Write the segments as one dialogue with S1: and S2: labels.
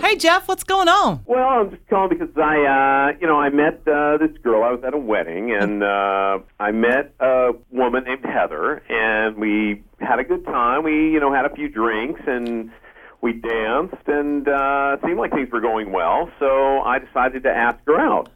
S1: Hey, Jeff, what's going on?
S2: Well, I'm just calling because I, uh, you know, I met uh, this girl. I was at a wedding, and uh, I met a woman named Heather, and we had a good time. We, you know, had a few drinks, and we danced, and uh, it seemed like things were going well. So I decided to ask her out,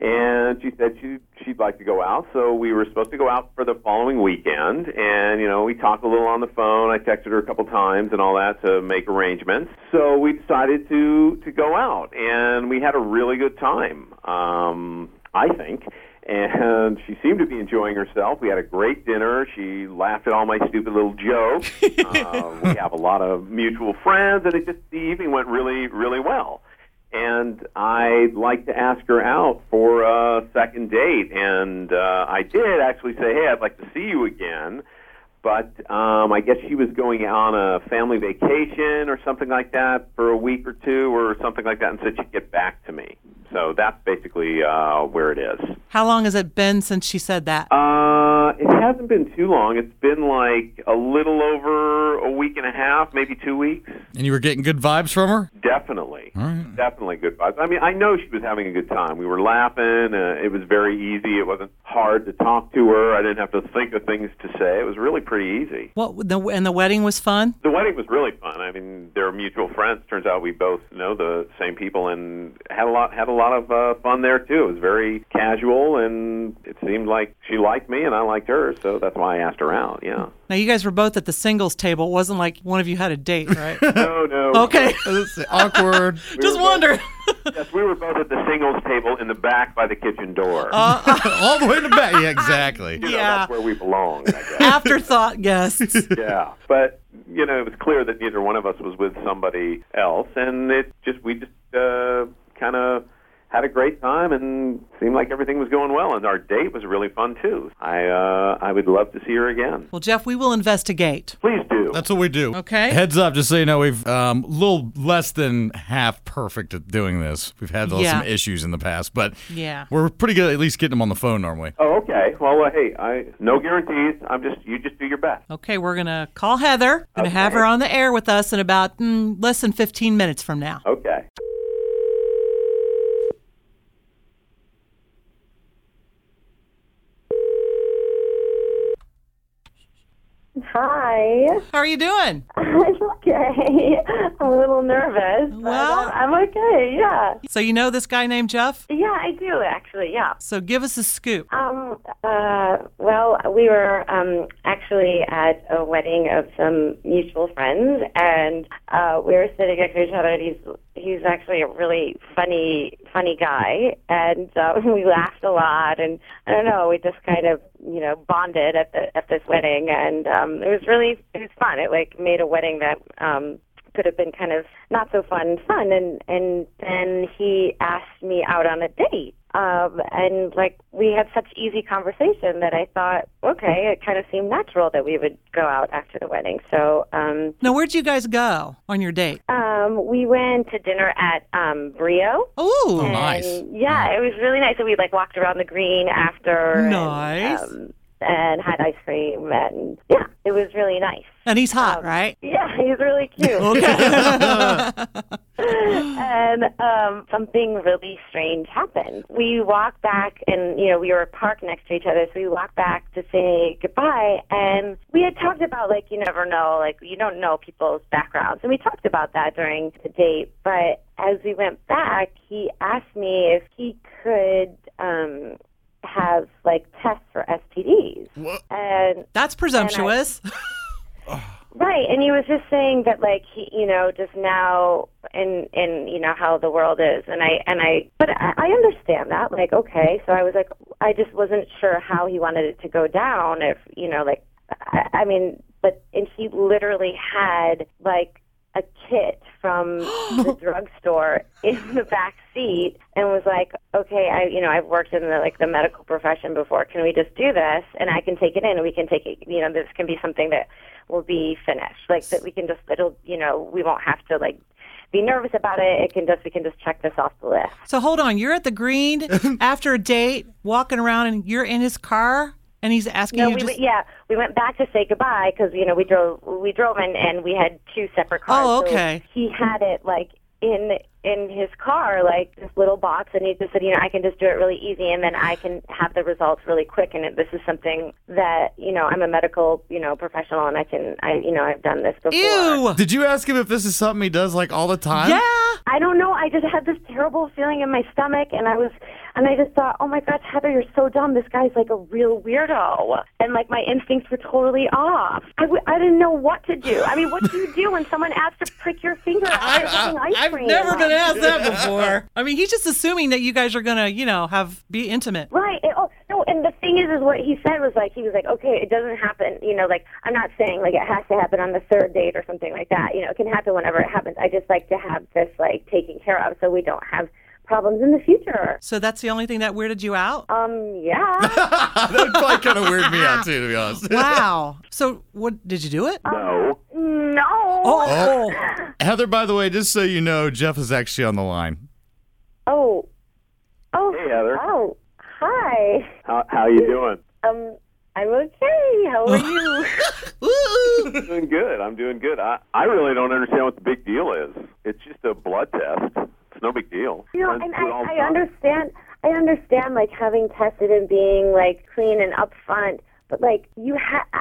S2: and she said she she'd like to go out. So we were supposed to go out for the following weekend, and you know, we talked a little on the phone. I texted her a couple times and all that to make arrangements. So we decided to to go out, and we had a really good time. Um, I think. And she seemed to be enjoying herself. We had a great dinner. She laughed at all my stupid little jokes. uh, we have a lot of mutual friends, and it just the evening went really, really well. And I'd like to ask her out for a second date. And uh, I did actually say, "Hey, I'd like to see you again." But um, I guess she was going on a family vacation or something like that for a week or two or something like that, and said she'd get back to me. So that's basically uh, where it is.
S1: How long has it been since she said that?
S2: Uh, it hasn't been too long. It's been like a little over a week and a half, maybe two weeks.
S3: And you were getting good vibes from her?
S2: Definitely,
S1: Hmm.
S2: definitely good vibes. I mean, I know she was having a good time. We were laughing. Uh, it was very easy. It wasn't hard to talk to her. I didn't have to think of things to say. It was really pretty easy.
S1: What? The, and the wedding was fun.
S2: The wedding was really fun. I mean, they're mutual friends. Turns out we both know the same people and had a lot had a lot of uh, fun there too. It was very casual, and it seemed like she liked me and I liked her, so that's why I asked her out. Yeah.
S1: Now you guys were both at the singles table. It wasn't like one of you had a date, right?
S2: No, no.
S1: okay,
S3: That's awkward.
S1: just wonder.
S2: Yes, we were both at the singles table in the back by the kitchen door.
S3: All the way to back. Yeah, exactly.
S2: you know,
S1: Uh, yeah.
S2: that's where we belong. I guess.
S1: Afterthought guests.
S2: yeah but you know it was clear that neither one of us was with somebody else and it just we just uh, kind of had a great time and seemed like everything was going well and our date was really fun too i uh, i would love to see her again
S1: Well, Jeff, we will investigate.
S2: please do
S3: That's what we do.
S1: Okay.
S3: Heads up, just so you know, we've um, a little less than half perfect at doing this. We've had uh,
S1: Yeah.
S3: some issues in the past, but
S1: Yeah.
S3: we're pretty good at at least getting them on the phone normally.
S2: oh okay well uh, hey i no guarantees i'm just you just do your best
S1: Okay, we're gonna call Heather. Gonna have her on the air with us in about mm, less than 15 minutes from now.
S2: okay
S4: Hi.
S1: How are you doing?
S4: I'm okay. I'm a little nervous. but
S1: Well-
S4: I'm I'm okay. Yeah.
S1: So you know this guy named Jeff?
S4: Yeah, I do actually. Yeah.
S1: So give us a scoop.
S4: Um. Uh. Well, we were um actually at a wedding of some mutual friends, and uh, we were sitting next to each other. And he's he's actually a really funny funny guy, and uh, we laughed a lot. And I don't know, we just kind of you know bonded at the at this wedding, and um, it was really it was fun. It like made a wedding that um could have been kind of not so fun fun and and then he asked me out on a date um and like we had such easy conversation that i thought okay it kind of seemed natural that we would go out after the wedding so um
S1: Now, where'd you guys go on your date?
S4: um we went to dinner at um brio
S1: Oh,
S3: Nice.
S4: and yeah it was really nice and we like walked around the green after
S1: Nice.
S4: and, um, and had ice cream and yeah it was really nice
S1: and he's hot, right?
S4: yeah he's really cute and um, something really strange happened. We walked back, and you know, we were parked next to each other, so we walked back to say goodbye. And we had talked about like you never know, like you don't know people's backgrounds, and we talked about that during the date. But as we went back, he asked me if he could um, have like tests for STDs,
S3: What?
S4: and
S1: That's presumptuous.
S4: Right, and he was just saying that, like he, you know, just now, and and you know how the world is, and I and I, but I, I understand that, like, okay, so I was like, I just wasn't sure how he wanted it to go down, if you know, like, I, I mean, but and he literally had like a kit from the drugstore in the back seat and was like, "Okay, I you know, I've worked in the like the medical profession before. Can we just do this and I can take it in and we can take it, you know, this can be something that will be finished. Like that we can just it'll, you know, we won't have to like be nervous about it. It can just we can just check this off the list."
S1: So hold on, you're at the green after a date, walking around, and you're in his car, and he's asking
S4: No,
S1: you
S4: we
S1: just.
S4: went, yeah, we went back to say goodbye because you know we drove we drove and and we had two separate cars.
S1: Oh,
S4: so
S1: okay.
S4: he had it like in in his car like this little box and he just said you know i can just do it really easy and then i can have the results really quick and it, this is something that you know i'm a medical you know professional and i can i you know i've done this before
S1: Ew.
S3: Did you ask him if this is something he does like all the time?
S1: Yeah.
S4: I don't know. I just had this terrible feeling in my stomach, and I was, and I just thought, oh my gosh, Heather, you're so dumb. This guy's like a real weirdo, and like my instincts were totally off. I, w- I didn't know what to do. I mean, what do you do when someone asks to prick your finger
S1: I,
S4: after getting ice
S1: have
S4: cream?
S1: never been asked that before. I mean, he's just assuming that you guys are gonna, you know, have be intimate.
S4: Right. It, oh, no, and the thing is, is what he said was like, he was like, okay, it doesn't happen. You know, like, I'm not saying like it has to happen on the third date or something like that. You know, it can happen whenever it happens. I just like to have this like taken care of so we don't have problems in the future.
S1: So that's the only thing that weirded you out.
S4: Um, yeah.
S3: that would probably kind of weird me out too, to be honest.
S1: Wow. So what did you do it?
S2: No.
S4: no.
S1: Oh,
S3: Heather, by the way, just so you know, Jeff is actually on the line.
S4: Oh. Oh.
S2: Hey, Heather.
S4: Oh. Hi.
S2: How how you doing?
S4: Um, I'm okay. How are you?
S1: Ooh.
S2: I'm doing good. I'm doing good. I I really don't understand what the big deal is. It's just a blood test. It's no big deal.
S4: No,
S2: Friends
S4: and
S2: do it all the
S4: I, I
S2: time.
S4: understand. I understand, like having tested and being like clean and upfront, but like you ha uh,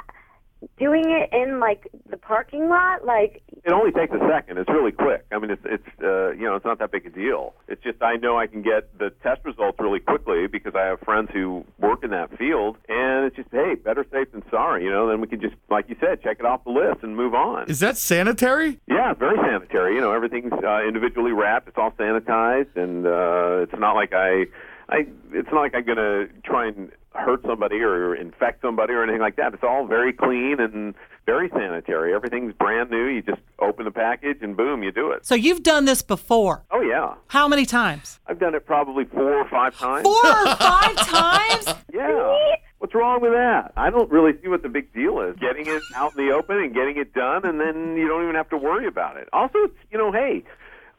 S4: doing it in like the parking lot, like
S2: It only takes a second. It's really quick. I mean, it's it's uh, you know it's not that big a deal. It's just I know I can get the test results really quickly because I have friends who work in that field, and it's just hey, better safe than sorry. You know, then we can just like you said, check it off the list and move on.
S3: Is that sanitary?
S2: yeah, very sanitary. You know, everything's uh, individually wrapped. It's all sanitized, and uh, it's not like I, I it's not like I'm gonna try and hurt somebody or infect somebody or anything like that. It's all very clean and. Very sanitary. Everything's brand new. You just open the package and boom, you do it.
S1: so you've done this before.
S2: Oh yeah,
S1: How many times?
S2: I've done it probably four or five times.
S1: Four or five times?
S2: Yeah. What's wrong with that? I don't really see what the big deal is. Getting it out in the open and getting it done, and then you don't even have to worry about it. Also, it's, you know, hey,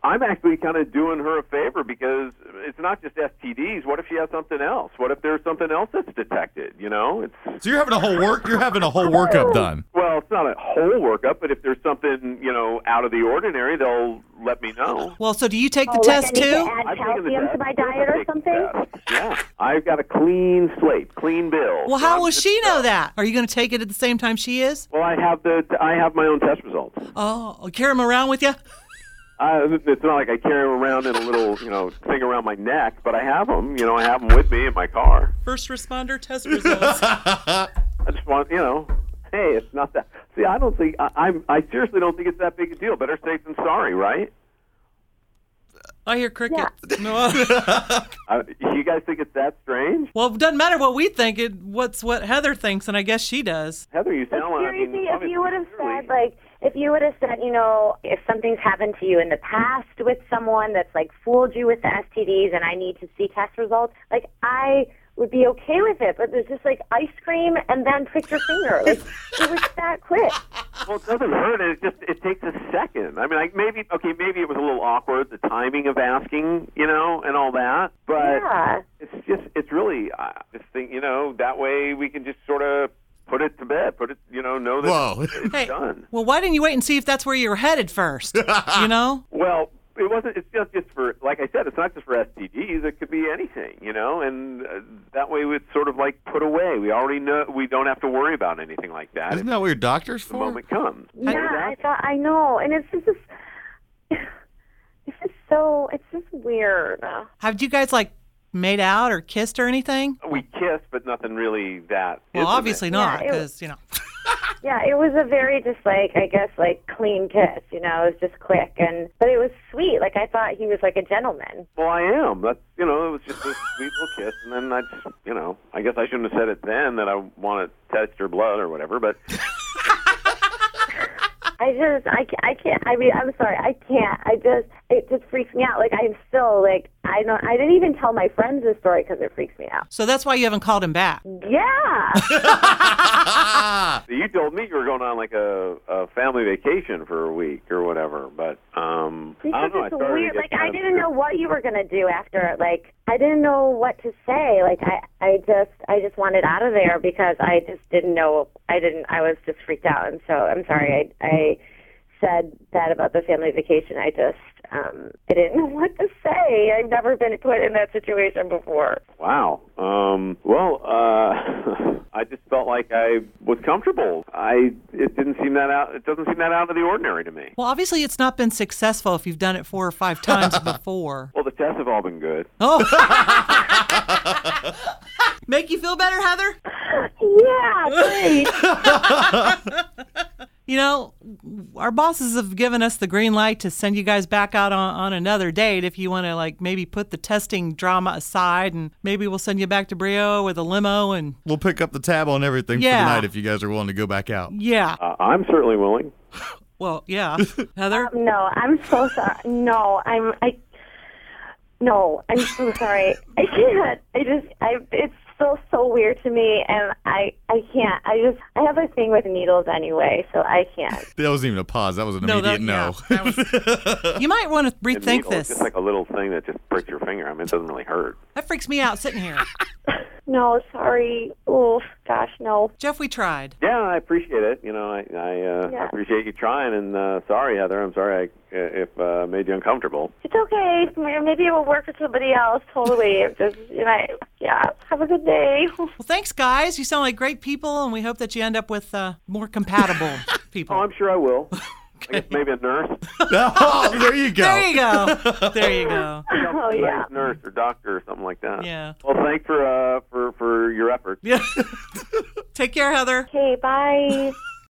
S2: I'm actually kind of doing her a favor because it's not just STDs. What if she has something else? What if there's something else that's detected? You know, it's
S3: So you're having a whole work you're having a whole workup done.
S2: well, it's not a whole workup, but if there's something you know out of the ordinary, they'll let me know.
S1: Well, so do you take the
S4: oh, like, I
S1: test
S4: need
S1: too?
S4: to add
S2: I've taken the
S4: calcium
S2: test.
S4: to my
S2: Of course
S4: diet
S2: I've
S4: or
S2: taken
S4: something.
S2: the test. Yeah, I've got a clean slate, clean bill.
S1: Well,
S2: So
S1: how
S2: I'm
S1: will
S2: good
S1: she
S2: to
S1: know
S2: go.
S1: that? Are you going to take it at the same time she is?
S2: Well, I have the I have my own test results.
S1: Oh, I'll carry him around with you?
S2: Uh, it's not like I carry them around in a little you know thing around my neck, but I have them. You know, I have them with me in my car.
S1: First responder test results.
S2: I just want you know, hey, it's not that. See, I don't think I, I'm. I seriously don't think it's that big a deal. Better safe than sorry, right?
S1: I hear cricket. No.
S2: Uh, you guys think it's that strange?
S1: well, it doesn't matter what we think. It what's what Heather thinks, and I guess she does.
S2: Heather, you sound like I mean,
S4: Seriously, if
S2: obviously,
S4: you would have
S2: clearly-
S4: said like if you would have said, you know, if something's happened to you in the past with someone that's like fooled you with the STDs and I need to see test results, like I would be okay with it, but there's just like ice cream and then prick your finger. Like it was that quick.
S2: Well, it doesn't hurt. It just it takes a second. I mean, like maybe okay, maybe it was a little awkward the timing of asking, you know, and all that. But
S4: Yeah.
S2: it's just it's really uh, this thing, you know. That way we can just sort of put it to bed, put it, you know, know that
S3: Whoa.
S2: it's
S1: Hey,
S2: done.
S1: well, why didn't you wait and see if that's where you were headed first? you know?
S2: Well, it wasn't. It's just just for like I said, it's not just for STDs. It could be anything, you know. And uh, that way it's sort of like put away. We already know we don't have to worry about anything like that.
S3: Isn't
S2: if
S3: that what your doctor's for?
S2: the moment comes.
S4: Yeah, I thought I know. And it's just this it's just so it's just weird.
S1: Have you guys like made out or kissed or anything?
S2: We kissed, but nothing really that.
S1: Well,
S2: intimate.
S1: obviously not,
S4: Yeah, it-
S1: because you know.
S4: Yeah, it was a very just like I guess like clean kiss, you know. It was just quick and but it was sweet. Like I thought he was like a gentleman.
S2: Well, I am. That's you know, it was just a sweet little kiss, and then I just you know, I guess I shouldn't have said it then that I want to test your blood or whatever. But
S4: I just I ca- I can't. I mean I'm sorry. I can't. I just it just freaks me out. Like I'm still like I don't. I didn't even tell my friends this story because it freaks me out.
S1: So that's why you haven't called him back.
S4: Yeah.
S2: you told me you were going on like a, a family vacation for a week or whatever. But um, I
S4: Because
S2: don't know. I
S4: it's
S2: started to
S4: weird.
S2: get
S4: Like I
S2: kind of-
S4: didn't know what you were gonna do after. Like I didn't know what to say. Like I, I just, I just wanted out of there because I just didn't know. I didn't. I was just freaked out, and so I'm sorry. I, I said that about the family vacation, I just um, I didn't know what to say. I've never been put in that situation before.
S2: Wow. Um, well, uh, I just felt like I was comfortable. I it didn't seem that out. It doesn't seem that out of the ordinary to me.
S1: Well, obviously, it's not been successful if you've done it four or five times before.
S2: Well, the tests have all been good.
S1: Oh. Make you feel better, Heather?
S4: Yeah, great.
S1: You know, our bosses have given us the green light to send you guys back out on, on another date if you want to, like, maybe put the testing drama aside and maybe we'll send you back to Brio with a limo and,
S3: We'll pick up the tab on everything
S1: Yeah.
S3: for tonight if you guys are willing to go back out.
S1: yeah.
S2: Uh, I'm certainly willing.
S1: Well, yeah. Heather?
S4: no, I'm so sorry. No, I'm I. No, I'm so sorry. I can't. I just I. It's so so weird to me, and I I can't. I just I have a thing with needles anyway, so I can't.
S3: That wasn't even a pause. That was an
S1: No,
S3: immediate
S1: that,
S3: no.
S1: yeah, that was- you might want to
S2: The
S1: rethink
S2: needle is
S1: this.
S2: Just like a little thing that just pricks your finger. I mean, it doesn't really hurt.
S1: that freaks me out sitting here.
S4: No, sorry. Oh gosh, no.
S1: Jeff, we tried.
S2: Yeah, I appreciate it. You know, I I, uh,
S4: Yeah.
S2: appreciate you trying. And uh, sorry, Heather. I'm sorry I, if uh, made you uncomfortable.
S4: It's okay. Maybe it will work for somebody else. Totally. It just you know. Yeah. Have a good day.
S1: Well, thanks, guys. You sound like great people, and we hope that you end up with uh, more compatible people.
S2: Oh, I'm sure I will. I guess maybe a nurse,
S3: oh, there you go.
S1: there you go. There you go.
S4: Oh yeah.
S2: nurse or doctor or something like that.
S1: Yeah.
S2: Well, thanks for uh, for for your efforts.
S1: Yeah. Take care, Heather.
S4: Okay. Bye.